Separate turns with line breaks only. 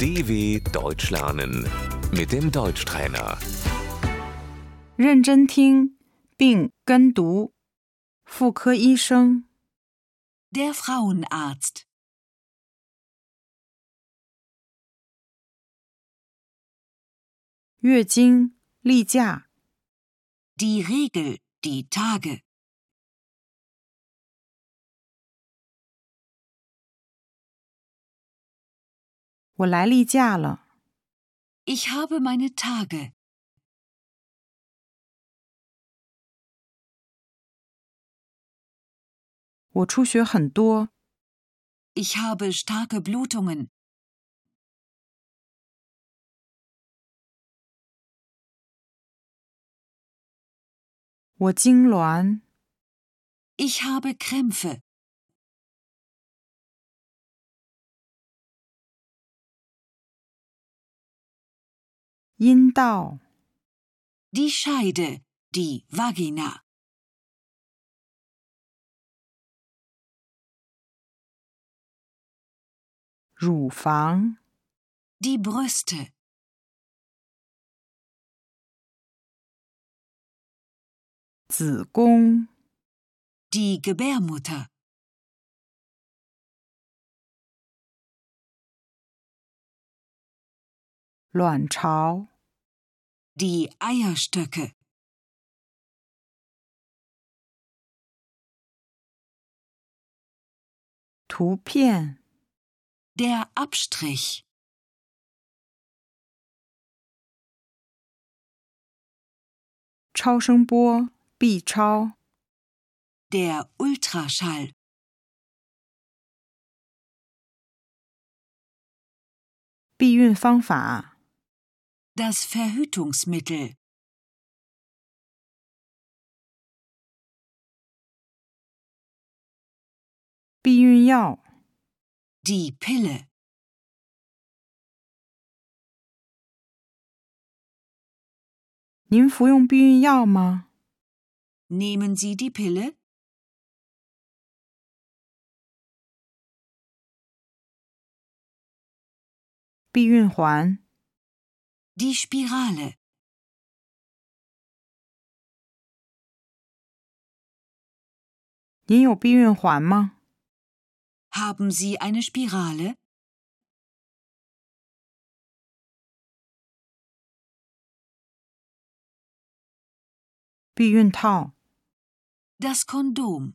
DW Deutsch lernen mit dem Deutschtrainer.
认真听并跟读。妇科医生，
Der Frauenarzt.
月经、例假、
Die Regel. Die Tage.
我来例假了。
Ich habe meine Tage.
我出血很多，
Ich habe starke Blutungen.
我痉挛，
Ich habe Krämpfe.
阴道、
Die Scheide. Die Vagina.
乳房、
Die Brüste.
子宫、
Die Gebärmutter.
卵巢、
Die Eierstöcke.
图片、
Der Abstrich.
超声波、B 超、
Der Ultraschall.
避孕方法、
Das Verhütungsmittel.
避孕药、
Die Pille.
您服用避孕药吗？
Nehmen Sie die Pille?
避孕环、
Die Spirale.
您有避孕环吗？
Haben Sie eine Spirale?
避孕套、
Das Kondom.